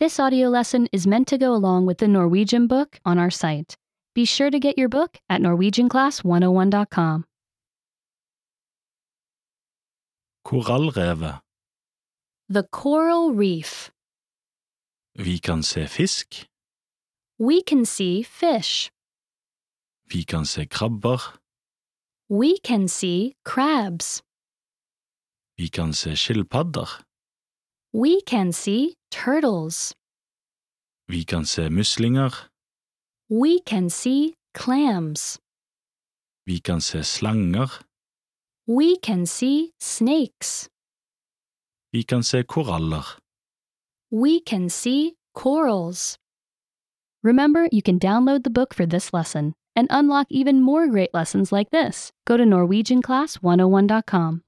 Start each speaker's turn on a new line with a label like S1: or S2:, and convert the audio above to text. S1: This audio lesson is meant to go along with the Norwegian book on our site. Be sure to get your book at norwegianclass101.com.
S2: Korallrevet.
S1: The coral reef.
S2: Vi kan se fisk,
S1: We can see fish.
S2: vi kan se krabber,
S1: We can see crabs.
S2: vi kan se skilpadder,
S1: We can see turtles.
S2: vi kan se muslinger,
S1: We can see clams.
S2: vi kan se slanger,
S1: We can see snakes.
S2: vi kan se koraller.
S1: We can see corals. Remember, you can download the book for this oh lesson and unlock even more great lessons like this. Go to NorwegianClass101.com.